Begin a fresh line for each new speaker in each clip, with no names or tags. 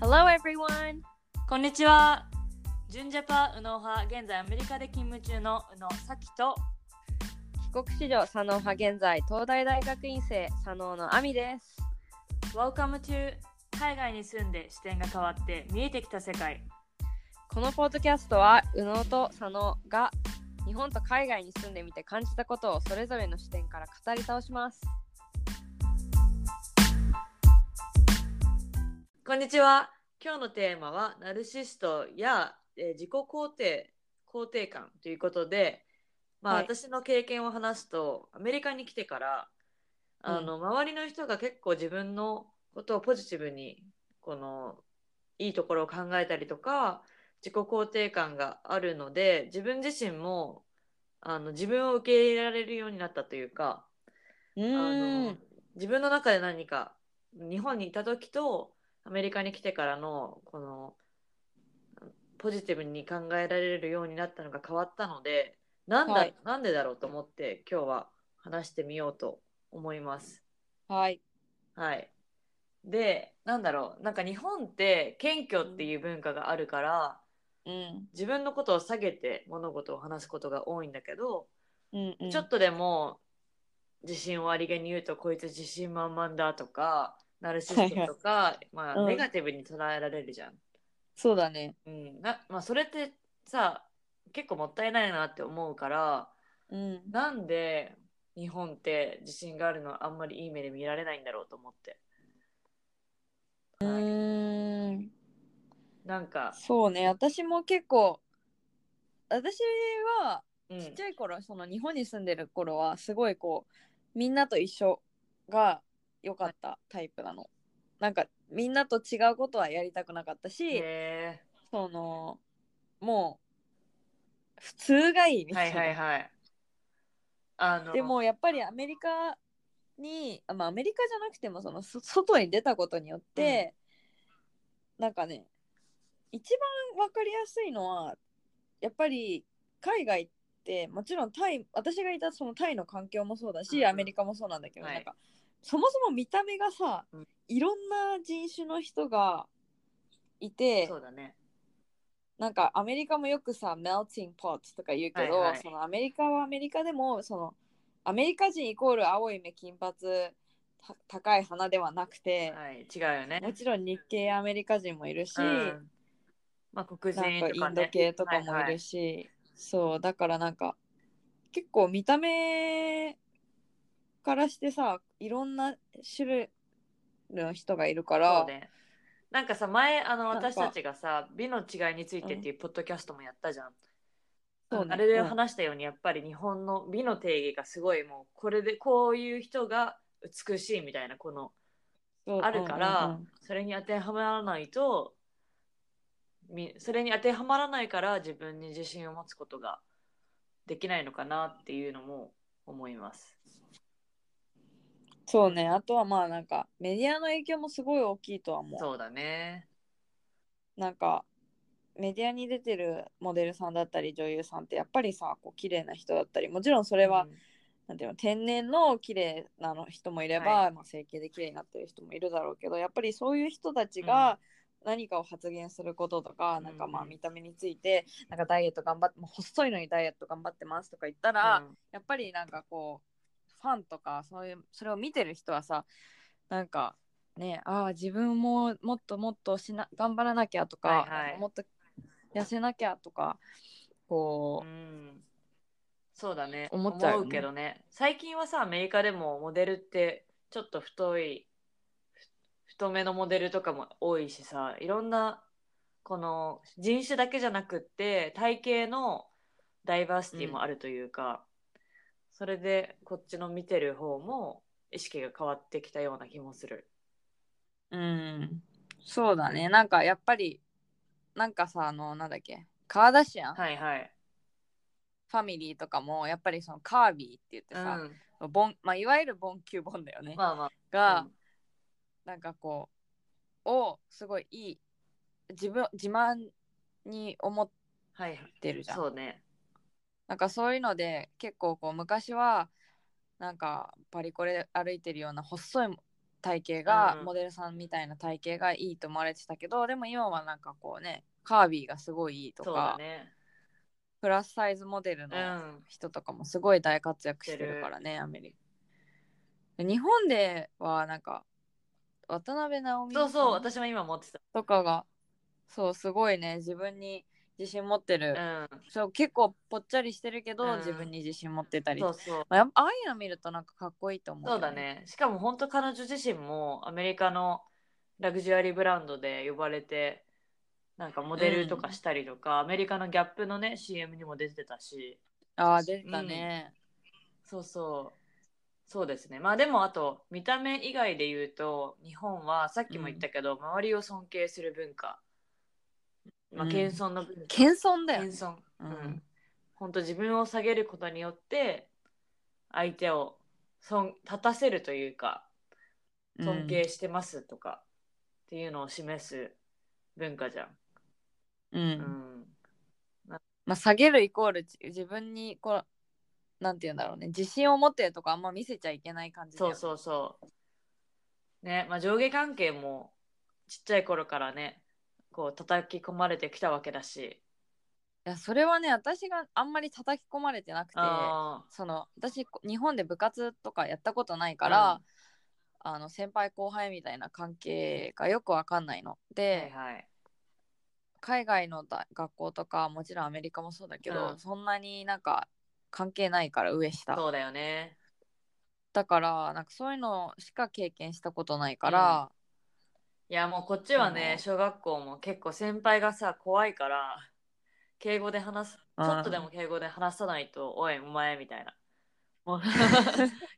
Hello, everyone!
こんにちは。純ジャパ右脳派、現在アメリカで勤務中の右脳咲と。
帰国子女佐野派現在東大大学院生佐野の亜美です。
Welcome to 海外に住んで視点が変わって見えてきた世界。
このポッドキャストは右脳と佐野が日本と海外に住んでみて感じたことをそれぞれの視点から語り倒します。
こんにちは。今日のテーマはナルシストや、えー自己肯定肯定感ということで、まあ
はい
私の経験を話すとアメリカに来てからあの、周りの人が結構自分のことをポジティブにこのいいところを考えたりとか自己肯定感があるので自分自身もあの自分を受け入れられるようになったというか、
う
あ
ー
の
ん。
自分の中で何か日本にいた時とアメリカに来てからのこのポジティブに考えられるようになったのが変わったのでなんだ、
はい
なんでだろうと思って今日は話してみようと思います。
はい。
はい、でなんだろうなんか日本って謙虚っていう文化があるから
うん。
自分のことを下げて物事を話すことが多いんだけど、
うん、うん。
ちょっとでも自信をありげに言うとこいつ自信満々だとかナルシストとか、まあ
うん
ネガティブに捉えられるじゃん。
そうだね。
うんなまあ、それってさ結構もったいないなって思うから
うん。
なんで日本って自信があるのはあんまりいい目で見られないんだろうと思って。
う
はい
ーん。
なんか、
そうね。私も結構、私は
う
ちっ
ん
ち、ゃい頃、その日本に住んでる頃はすごいこうみんなと一緒が良かったタイプなの。なんかみんなと違うことはやりたくなかったし、
へ
そのもう普通がいいみ
ー
た
はいい
な。
はいはい。あの
でもやっぱりアメリカに、あまあ、アメリカじゃなくてもそのそ外に出たことによって、なんかね一番分かりやすいのはやっぱり海外ってもちろんタイ私がいたそのタイの環境もそうだし、
うんうん
アメリカもそうなんだけど、
はい
なんかそもそも見た目がさ、
うん
いろんな人種の人がいて
そうだね。
なんかアメリカもよくさ「melting pot」とか言うけど、
はいはい
そのアメリカはアメリカでもそのアメリカ人イコール青い目金髪た高い鼻ではなくて、
はい、違うよね。
もちろん日系アメリカ人もいるし、
うんまあ、黒人
なんか
と
イ
か
ンド
ね。
系とかもいるし、そうだからなんか結構見た目からしてさいろんな種類の人がいるから
そうね。なんかさ前あの
なんか
私たちがさ美の違いについてっていうポッドキャストもやったじゃん。
そうね
あれで
うん
話したように、やっぱり日本の美の定義がすごいもうこれでこういう人が美しいみたいなこの
そう
あるから、
うんうんうん
それに当てはまらないとみそれに当てはまらないから自分に自信を持つことができないのかなっていうのも思います。
そうねあとはまあなんかメディアの影響もすごい大きいとは思う
そうだね。
なんかメディアに出てるモデルさんだったり女優さんってやっぱりさこう綺麗な人だったりもちろんそ
こ
れは、なんていうの天然の綺麗なの人もいれば、
は
まあ、整形で綺麗になってる人もいるだろうけどやっぱりそういう人たちが何かを発言することとか、
うん
なんかまあ見た目についてなんかダイエット頑張ってもう細いのにダイエット頑張ってますとか言ったら、やっぱりなんかこうファンとかそういうそれを見てる人はさなんかねああ自分ももっともっとしな頑張らなきゃとか,、
はいはい
もっと痩せなきゃとかこ
うんそうだね
思っちゃうよね
けどね最近はさアメリカでもモデルってちょっと太いふ太めのモデルとかも多いしさいろんなこの人種だけじゃなくって体型のダイバーシティもあるというか、それでこっちの見てる方も意識が変わってきたような気もする。
う、うん、そうだねなんかやっぱりなんかさあのなんだっけカーダシアン、
はいはい。
ファミリーとかもやっぱりそのカービーって言って
うん、
さ、ボンまあ、いわゆるボンキューボンだよね、
まあま
が、
あ、うん
なんかこうをすごいいい自分自慢に思っ
はいはい。
てるじゃん
そうね。
なんかそういうので結構こう昔はなんかパリコレ歩いてるような細い体型が、
うん
モデルさんみたいな体型がいいと思われてたけどでも今はなんかこうねカービィがすごいいいと
そう
か
だ、ね
プラスサイズモデル
う
の
ん
人とかもすごい大活躍してるからね、アメリカ。日本ではなんか渡辺直美
そうそう
さん
私も今持ってた
とかがそうすごいね自分に自信持ってる、
う
そう結構ぽっちゃりしてるけど、
うん
自分に自信持ってた
ん
り
そ
ま
うそう
あやっぱああいうの見るとなんかかっこいいと思う、
そうだねしかも本当彼女自身もアメリカのラグジュアリーブランドで呼ばれてなんかモデルとかしたりとか、アメリカのギャップのね CM にも出てたし
ああ出てたね、
そうそうそうですねまあでもあと見た目以外で言うと日本はさっきも言ったけど、周りを尊敬する文化、まあ、
うん
謙遜の文化、
謙遜だよね
謙遜
う
うんん、本当自分を下げることによって相手を尊立たせるというか
うん
尊敬してますとか、っていうのを示す文化じゃん。
うん、
うん、
まあ下げるイコールじ自分にこうなんて言うんだろうね自信を持ってるとかあんま見せちゃいけない感じだ
そ
よ
う
ね
そうそう。ね、まあ上下関係もちっちゃい頃からね、こう叩き込まれてきたわけだし。
いやそれはね私があんまり叩き込まれてなくて
あ
その私こ日本で部活とかやったことないから、あの先輩後輩みたいな関係がよくわかんないの
あ、
で、
はいはい。
海外のだ学校とかもちろんアメリカもそうだけど、
うん
そんなになんか関係ないから上下
そうだよね。
だからなんかそういうのしか経験したことないから、
いやもうこっちはね、小学校も結構先輩がさ、怖いから、敬語で話す、ち
うん
ょっとでも敬語で話さないと、おい、お前みたいな。 もう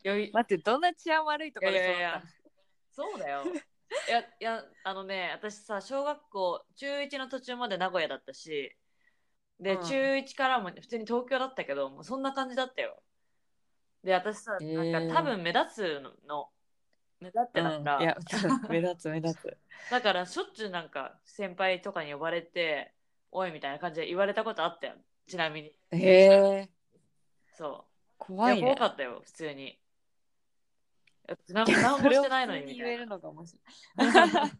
よい
待ってどんな治安悪いところ
いやいや
で
いやそうだよ。いやいやあのね私さ小学校中1の途中まで名古屋だったしで、
うん
中1からも普通に東京だったけどもうそんな感じだったよ。で私さ、
へー
なんか多分目立つのの目立って
育った
たから、
うんいや 目立つ目立つ
だからしょっちゅうなんか先輩とかに呼ばれて「おい」みたいな感じで言われたことあったよちなみに
へえ
そう
怖い
や
ね
怖かったよ普通にいやな何もしてないのに
それを普通
み
言
た
え
い
る
な
のかもしれない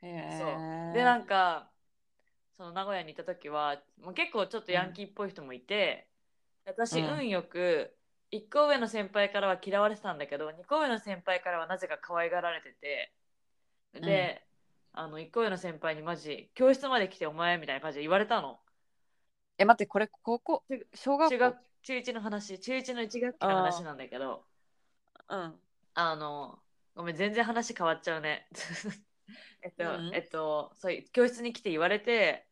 へえ
でなんかその名古屋にいた時はもう結構ちょっとヤンキーっぽい人もいて、私、
うん
運よく1個上の先輩からは嫌われてたんだけど2個上の先輩からはなぜか可愛がられててで、あの1個上の先輩にマジ教室まで来てお前みたいな感じで言われたの
え待ってこれ高校小学校
中学中1の話中1の1学期の話なんだけど
うん
あのごめん全然話変わっちゃうね えっと、
うん
えっとそう教室に来て言われて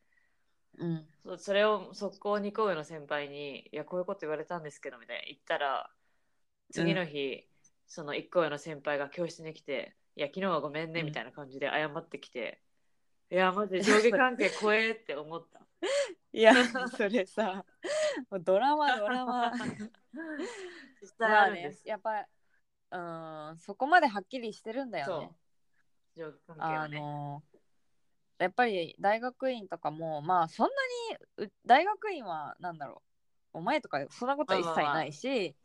うん
そそれを速攻2個上の先輩に「いやこういうこと言われたんですけど」みたいな言ったら次の日、その1個上の先輩が教室に来て「いや昨日はごめんね」
うん
みたいな感じで謝ってきて「いやマジで上下関係怖え」って思った
い やそれさもうドラマドラマ
実際
ま
あ
あ
るんで
ね
す、
やっぱうーんそこまではっきりしてるんだよね
そう上下関係
あ
はね
のやっぱり大学院とかもまあそんなにう大学院はなんだろうお前とかそんなことは一切ないし、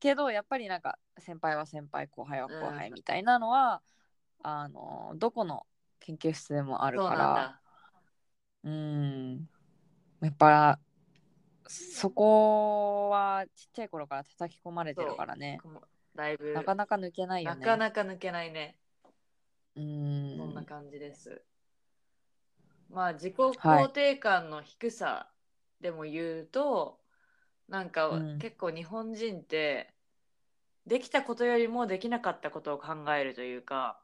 けどやっぱりなんか先輩は先輩後輩は後輩
うん
みたいなのは、あのどこの研究室でもある
そう
か
な
ら
んだ
うんやっぱそこはちっちゃい頃から叩き込まれてるからね
だいぶ
なかなか抜けないよ
な
ね。
かなか抜けないね。
うん
そんな感じです。まあ自己肯定感の低さでも言うと、なんか
うん
結構日本人ってできたことよりもできなかったことを考えるというか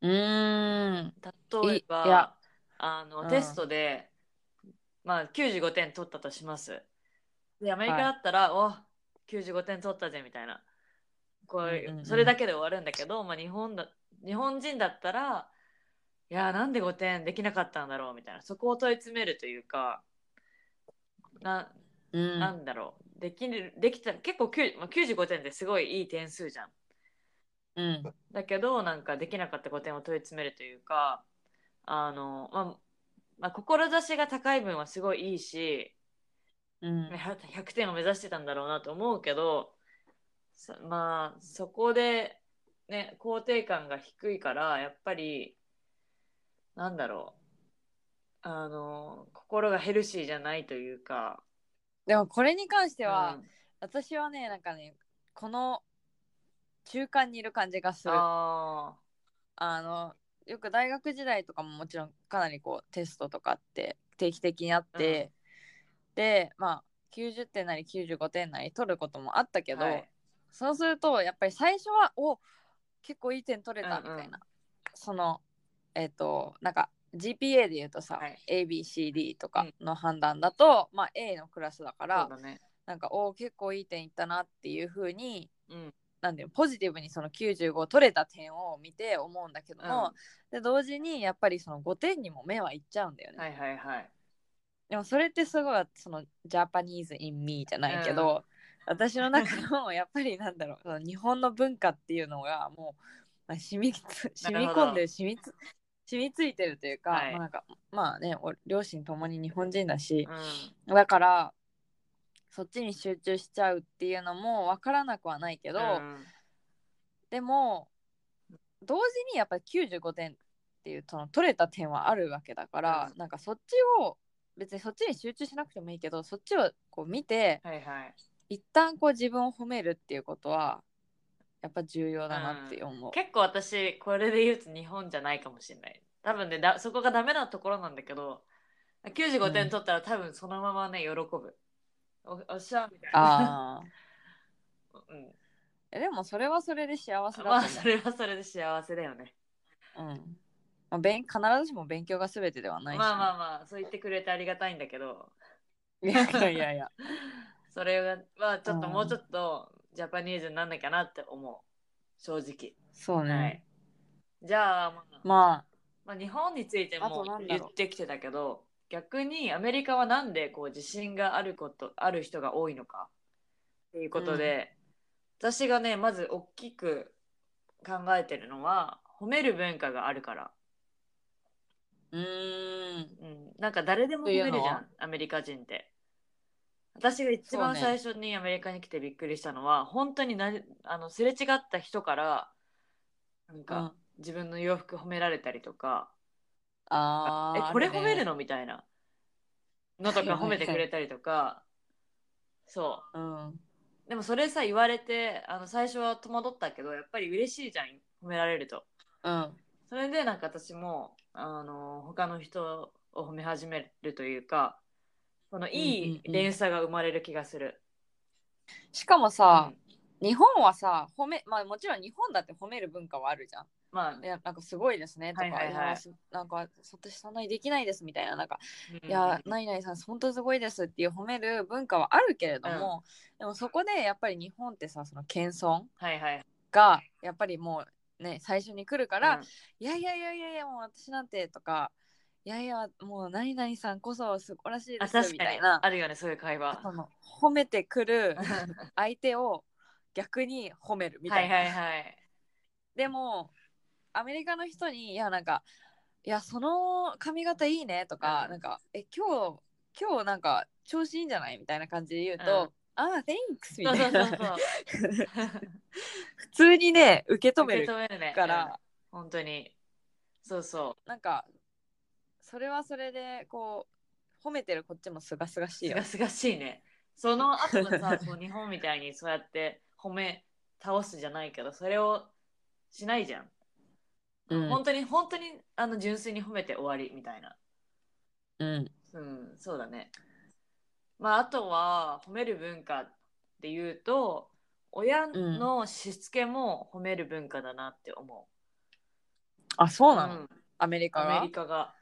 うん
例え
いいや
ばあの、
うん
テストで、まあ、95点取ったとします。でアメリカ
はい
だったら、お95点取ったぜみたいなこう、
うんうんうん
それだけで終わるんだけど、まあ、日本だ日本人だったらいやーなんで5点できなかったんだろうみたいなそこを問い詰めるというかな
うん
なんだろうできるできた結構9、まあ、95点ってすごいいい点数じゃん。
うん
だけどなんかできなかった5点を問い詰めるというかあの、まあまあ、志が高い分はすごいいいし
うん
ね100点を目指してたんだろうなと思うけどそまあそこでね、肯定感が低いから、やっぱり、なんだろう。あの、心がヘルシーじゃないというか。
でもこれに関しては、
うん
私はねなんかねこの中間にいる感じがするあ
あ
のよく大学時代とかももちろんかなりこうテストとかって定期的にあって、でまあ90点なり95点なり取ることもあった
ー
けど、
はい
そうするとやっぱり最初はお結構いい点取れた
う
み
んう
た
ん
いな、そのえっ、となんか GPA で言うとさ、
はい
ABCD とかの判断だと、まあ A のクラスだから
そうだね。
なんかおー結構いい点いったなっていう風に
うん。
なんだよポジティブにその95取れた点を見て思うんだけども、で同時にやっぱりその5点にも目はいっちゃうんだよね、
はいはいはい。
でもそれってすごいそのジャパニーズ・イン・ミーじゃないけど、私の中のやっぱりなんだろうその日本の文化っていうのがもう、まあ、染みつ
な
染
る
み
ほど
込んでる染みつ染みついてるというか,、
はい
まあ、なんかまあねお両親ともに日本人だし、
うん。
だからそっちに集中しちゃうっていうのも分からなくはないけど、
うん
でも同時にやっぱり95点っていうその取れた点はあるわけだから、
う
なんかそっちを別にそっちに集中しなくてもいいけどそっちをこう見て
はいはい。
一旦こう自分を褒めるっていうことはやっぱ重要だなって思う。
結構私これで言うと日本じゃないかもしれない多分ねだそこがダメなところなんだけど95点取ったら多分そのままね喜ぶおおっしゃみたいな
ああ
うん、
えでもそれはそれで幸せだと
ま
思
あそれはそれで幸せだよね
う。うんまあ、勉必ずしも勉強が全てではないし、
まあまあまあそう言ってくれてありがたいんだけど
いやいやいやいや
それはまあちょっと
うん
もうちょっとジャパニーズになんなきゃなって思う正直、
そうね、
はいじゃあ、まあ
まあ
まあ、日本について
あと
も
なんだ
言
ろう
ってきてたけど逆にアメリカはなんでこう自信があることある人が多いのかっていうことで、私がねまず大きく考えてるのは褒める文化があるから、
うーん
うん、なんか誰でも褒める
という
じ
の
ゃ
は
んアメリカ人って。私が一番
そうね
最初にアメリカに来てびっくりしたのは、本当になあのすれ違った人からなん
うん
か自分の洋服褒められたりとか、
あー
えこれ
あね
褒めるのみたいなのとか褒めてくれたりとかそ
うん
うでもそれさ言われてあの最初は戸惑ったけどやっぱり嬉しいじゃん褒められると
うん
それでなんか私もあの他の人を褒め始めるというかこの
うんうん
い
うん
い連鎖が生まれる気がする、
しかもさ
う、ん
日本はさ褒めまあもちろん日本だって褒める文化はあるじゃん
まあ、
いやなんかすごいですねとか、
はいはいはい
やすなんか私そんなにできないですみたいななんか、
うん
いや何々さん本当すごいですっていう褒める文化はあるけれども、でもそこでやっぱり日本ってさその謙遜
はいはい
がやっぱりもうね最初に来るから、
うん
いやいやいやいやいやもう私なんてとかいやいやもう何々さんこそ素晴らしいで
あ
す
確
み
か
た
に
いな
あるよねそういう会話
その褒めてくる相手を逆に褒める みた
はいい
な。
はいはい
でもアメリカの人に「いやなんかいやその髪型いいね」とか「
うん
なんかえ今日今日なんか調子いいんじゃない?」みたいな感じで言うと「ああ thanks」み
そ
た
うそう
い
そう
な
そう
普通にね受け止め
受け
る
止めるね
か
うん
ら
本当にそうそう
なんかそれはそれでこう褒めてるこっちもすがすがしい
す
よ
が。すがしいねその後のさこう日本みたいにそうやって褒め倒すじゃないけどそれをしないじゃん、
うん
本当に本当にあの純粋に褒めて終わりみたいな
うん
うんそうだねまああとは褒める文化っていうと親のしつけも褒める文化だなって思、
あそううなの、
うん
アメリカ
ア
が
メリカが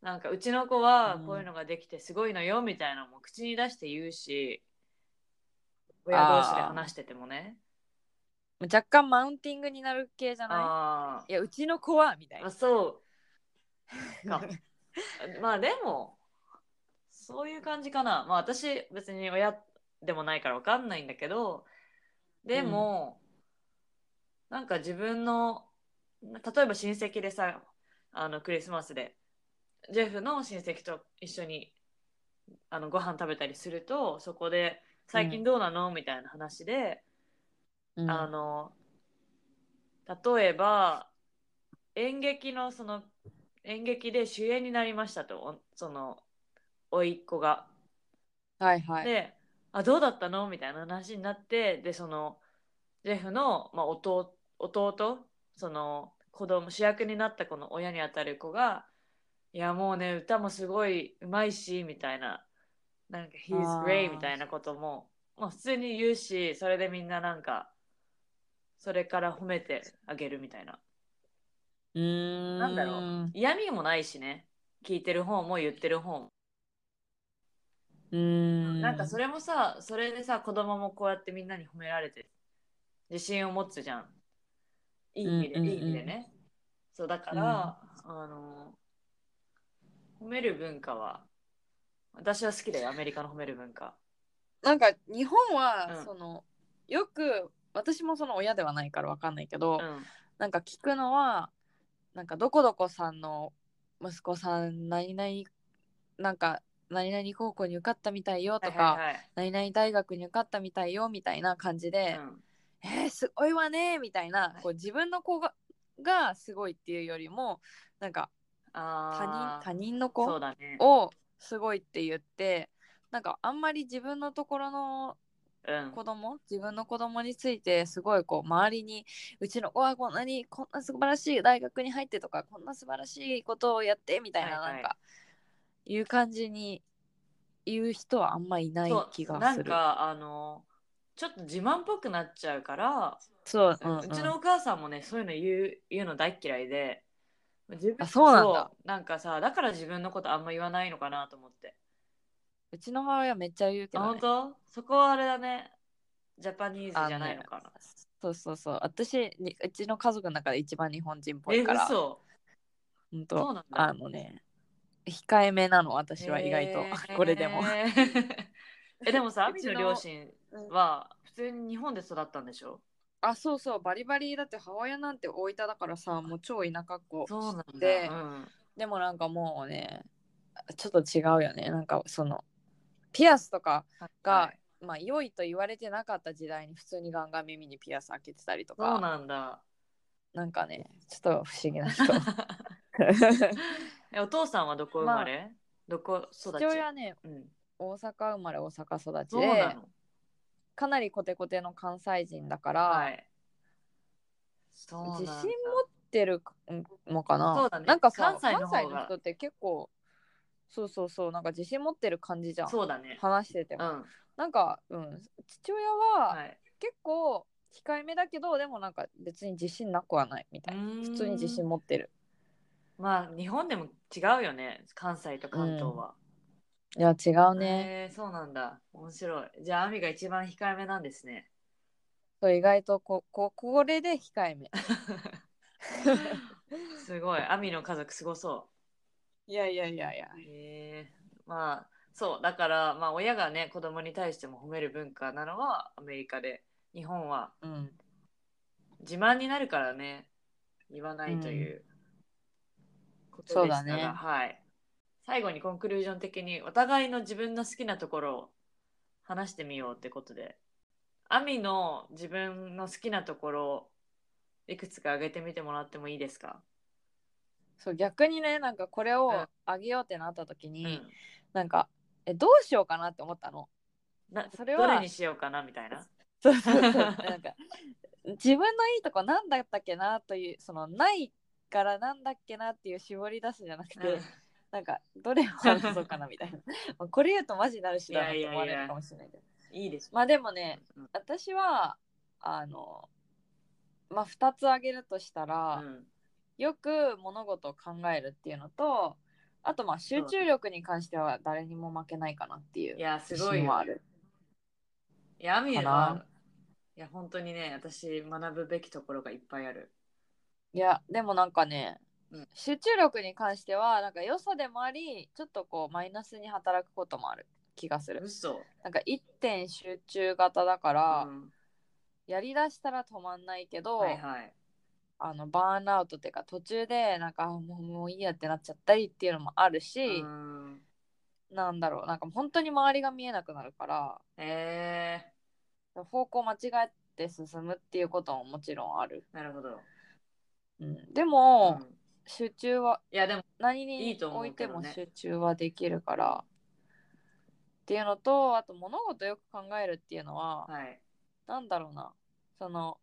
なんかうちの子は
うん
こういうのができてすごいのよみたいなのも口に出して言うし、親
あー
同士で話しててもね
若干マウンティングになる系じゃな
あ
いいやうちの子はみたい
ーあ
な。
そうか まあでもそういう感じかなまあ私別に親でもないからわかんないんだけどでも、なんか自分の例えば親戚でさあのクリスマスでジェフの親戚と一緒にあのご飯食べたりするとそこで「最近どうなの?」みたいな話で、
うん
あの例えば演劇のその演劇で主演になりましたとおその甥っ子が。
はいはい。
で「あどうだったの?」みたいな話になってでそのジェフの、まあ、弟弟その子供主役になった子の親にあたる子が「いやもうね歌もすごいうまいし」みたいな「なんか He's
あー
great」みたいなことも、まあ、普通に言うしそれでみんななんかそれから褒めてあげるみたいな
うーん。
なんだろう嫌味もないしね聞いてる方も言ってる方も
うーん。
なんかそ
れ。
れもさそれでさ子供もこうやってみんなに褒められて自信を持つじゃんいい意味で、
うんうんうん
いい意味でねそうだから、あの褒める文化は私は好きだよアメリカの褒める文化
なんか日本は、
うん
そのよく私もその親ではないからわかんないけど、
うん
なんか聞くのはなんかどこどこさんの息子さん何々なんか何々高校に受かったみたいよとか、
はいはい
何々大学に受かったみたいよみたいな感じで
はい、うん
えー、すごいわねみたいな
はい
こう自分の子ががすごいっていうよりもなんか他
あ
人他
ー
人の子
そうだね
をすごいって言ってなんかあんまり自分のところの
うん
子供自分の子供についてすごいこう周りにうちの子はこんなにこんな素晴らしい大学に入ってとかこんな素晴らしいことをやってみたいな
はいはい
なんかいう感じに言う人はあんまいない
そう
気が
な
す
ん
る。
かあのちょっと自慢っぽくなっちゃうから
そう
うん
ん
うちのお母さんもねそういうの言う言うの大っ嫌いで自分
あそうなんだ
そうなんかさだから自分のことあんま言わないのかなと思って
うちの母親めっちゃ言うけ
あ
ど、
本
ね、
当そこはあれだねジャパニーズじゃないの
あ
か
ねそうそうそう私にうちの家族の中で一番日本人っぽ
なえ
いから
嘘
本
そう
当
なんだ
あのね控えめなの私は意外と、 これでも
えーえでもさあっ
う
ち
ちの
の両親は普通に日本で育ったんでしょ
あそうそうバリバリだって母親なんて大分だからさもう超田舎っ子
そうなんだ、
で
うん、
でもなんかもうねちょっと違うよねなんかそのピアスとかが、
はい
まあ良いと言われてなかった時代に普通にガンガン耳にピアス開けてたりとか
そう
な
なんだ
んかねちょっと不思議 な人
えお父さんはどこ生まれ、どこ育ち
父親はね
うん、
大阪生まれ大阪育ち
そうな
で
の
かなりコテコテの関西人だから、
はい。そうなんだ
自信持ってるのかな
そうだね
なんかさ
関西の
関
方
西
が
の人って結構そうそうそうなんか自信持ってる感じじゃん
そうだね。
話してて
う
も、
ん。
なんか、うん、父親
は。
はい結構控えめだけど、でもなんか別に自信なくはないみたいな普
普
通に自信持ってる
まあ日本でも違うよね。関西と関東は。
いや違うね、
えーそうなんだ。面白い。じゃあアミが一番控えめなんですね。
そう意外とこここれで控え め
すごい。アミの家族すごそ
いやいやいやいや
う。えー、まあそうだからまあ親がね子供に対しても褒める文化なのはアメリカで日本は
うん
自慢になるからね言わないという、ことでした
そうだね
が、はい、最後にコンクルージョン的にお互いの自分の好きなところを話してみようってことでアミの自分の好きなところをいくつか挙げてみてもらってもいいですか、
そう逆にねなんかこれを
うん
あげようってなった時
う
に、
ん、
なんかえどうしようかなって思ったの
な
それは
どれにしようかなみたいな。
そうそうそうなんか自分のいいとこなんだったっけなというそのないからなんだっけなっていう絞り出すじゃなくて、なんかどれを話そうかなみたい なまあこれ言うとマジになるしだなって思われるかもしれないけど
うんいいです
まあでもね
うん
私はあのまあ2つ挙げるとしたら、
うん
よく物事を考えるっていうのとあとまあ集中力に関しては誰にも負けないかなっていう
いやす
自
ごい
信は
よ
ある。
いやアミ
か
は
ない
や本当にね私学ぶべきところがいっぱいある。
いやでもなんかね、
うん
集中力に関してはなんか良さでもありちょっとこうマイナスに働くこともある気がする
嘘。
なんか一点集中型だから、
うん
やりだしたら止まんないけど、
はいはい。
あのバーンアウトっていうか途中でなんかあもうもういいやってなっちゃったりっていうのもあるし
う、ん
なんだろうなんか本当に周りが見えなくなるから
え
方向間違って進むっていうことももちろんある
ー、なるほど。
うん、でも、
うん
集中はい
やでも
何
い
に
いと思
置
う
いて
けどね
も集中はできるからっていうのとあと物事よく考えるっていうのは、
はい
なんだろうなその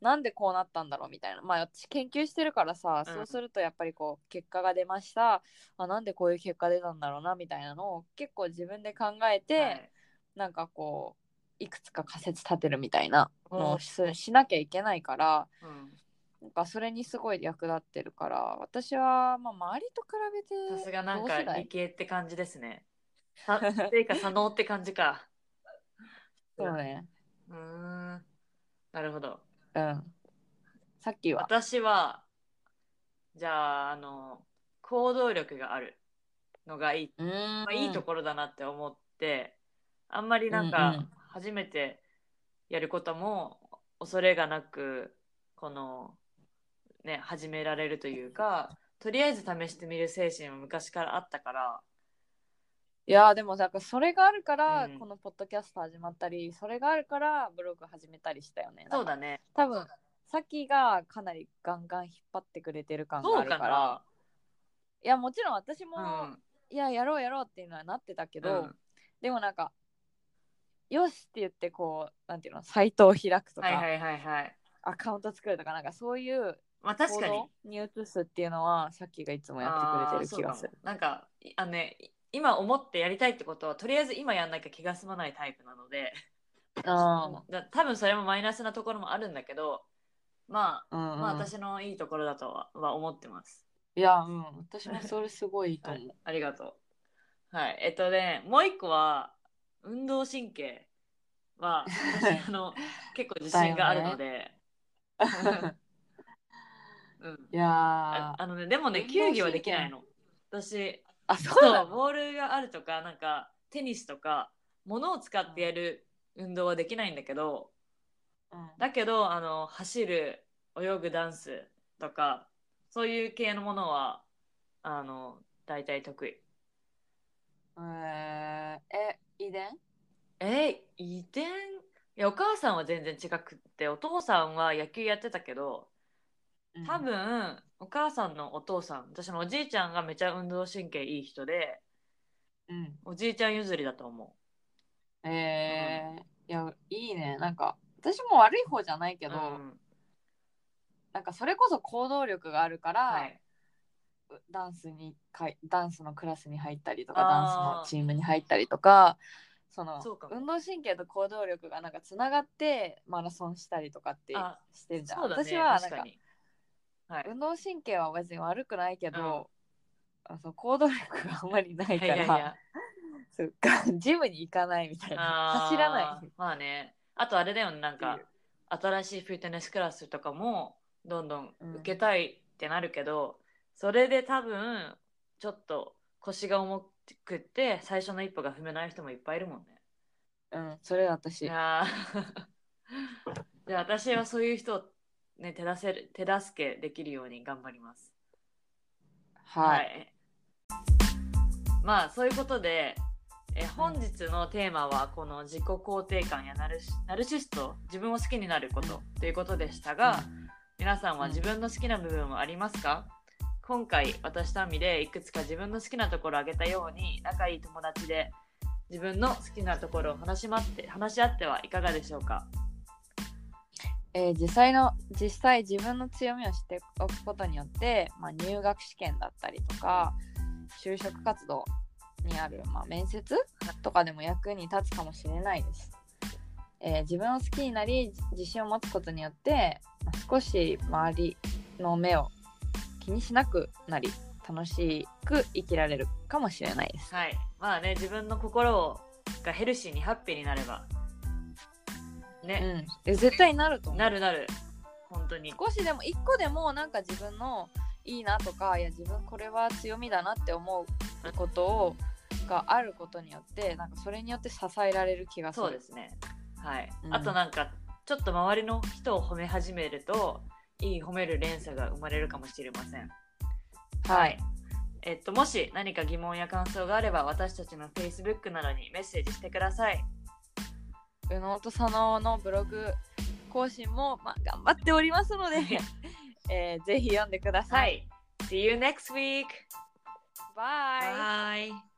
なんでこうなったんだろうみたいなまあ私研究してるからさ、
うん
そうするとやっぱりこう結果が出ましたあなんでこういう結果出たんだろうなみたいなのを結構自分で考えて、
はい
なんかこういくつか仮説立てるみたいなの
う
を
ん
ししなきゃいけないから
うん
なんかそれにすごい役立ってるから私は、まあ、周りと比べ
さ
て
すがなん
同
か
世代
理系って感じです ねさっていうか左脳って感じか
そうね
うーんなるほど
うんさっきは
私はじゃああの行動力があるのがいい、
うーん、
まあ、いいところだなって思ってあんまりなんか、
うんうん
初めてやることも恐れがなくこのね始められるというかとりあえず試してみる精神は昔からあったから
いやーでもなんかそれがあるから、
うん
このポッドキャスト始まったりそれがあるからブログ始めたりしたよね
そう
なんか
だね
多分さっきがかなりガンガン引っ張ってくれてる感が
そ
あ
う
るか
からない
やもちろん私も、
うん
いややろうやろうっていうのはなってたけど、
うん
でもなんかよしって言ってこうなんていうのサイトを開くとか、
はいはいはいはい
アカウント作るとかなんかそういう
まあ確
行
かに
動に移すっていうのはさっきがいつもやってくれてる気がする
あーそうかもなんかいあのねい今思ってやりたいってことはとりあえず今やんなきゃ気が済まないタイプなので
あ
だ多分それもマイナスなところもあるんだけどま
あ、
あ
うんうん
まあ私のいいところだとはは思ってます。
いやうん私もそれすごいいいと
は
思う
い、ありがとう。はい、えっとね、もう一個は運動神経は私あの結構自信があるので、う ん、
いやー
あ
あ
あのねでもね
運動神経
球技はできないの。私
そう
そ
な
う
の
ボールがあるとかなんかテニスとか物を使ってやる運動はできないんだけど、だけどあの走る泳ぐダンスとかそういう系のものはあの大体得意。
うんえーえ遺伝
え遺伝いやお母さんは全然違くってお父さんは野球やってたけど多分、お母さんのお父さん私のおじいちゃんがめちゃ運動神経いい人で
うん、
おじいちゃん譲りだと思
えーいやいいねなんか私も悪い方じゃないけ
う。
ど、
うん
なんかそれこそ行動力があるから、
はい、
ダンスにかいダンスのクラスに入ったりとかダンス
あー
のチームに入ったりとかその
そうかも
運動神経と行動力がなんかつながってマラソンしたりとかって
あ
してるじゃん、
そうだね
私はなん
確か
か
に。はい、
運動神経は別に悪くないけど、あそう行動力があんまりない
い
か
や
ら
いやいや
そっかジムに行かないみたいな走ら
あ
な
ー
い
まあねあとあれだよねなん
っ
か
ていう
新しいフィットネスクラスとかもどんどん
うん
受けたいってなるけど、それで多分ちょっと腰が重くって最初の一歩が踏めない人もいっぱいいるもんね。
うんそれ私
いやー じゃあ私はそういう人を、ね、手出せる手助けできるように頑張ります。
はい、
まあそういうことで、えー本日のテーマはこの自己肯定感やナルシナルシスト自分を好きになることということでしたが、皆さんは自分の好きな部分はありますか、今回私とアミでいくつか自分の好きなところを挙げたように仲いい友達で自分の好きなところを話しまって話し合ってはいかがでしょうか
えー実際の実際自分の強みを知っておくことによって、まあ、入学試験だったりとか就職活動にある、まあ、面接とかでも役に立つかもしれないです、えー自分を好きになり自信を持つことによって、まあ少し周りの目を気にしなくなり楽しく生きられるかもしれないです
はいまあね自分の心をがヘルシーにハッピーになればね、
うんえ絶対なると思う
なるなる本当に
少しでも一個でもなんか自分のいいなとかいや自分これは強みだなって思うことをがあることによってなんかそれによって支えられる気がする
そうですねはい、
うん
あとなんかちょっと周りの人を褒め始めるといい褒める連鎖が生まれるかもしれません
はい
えっともし何か疑問や感想があれば私たちの Facebook などにメッセージしてください
宇野と佐野のブログ更新も、まあ、頑張っておりますので えーぜひ読んでくださ。
はいい。See you next week!
バイ
Bye!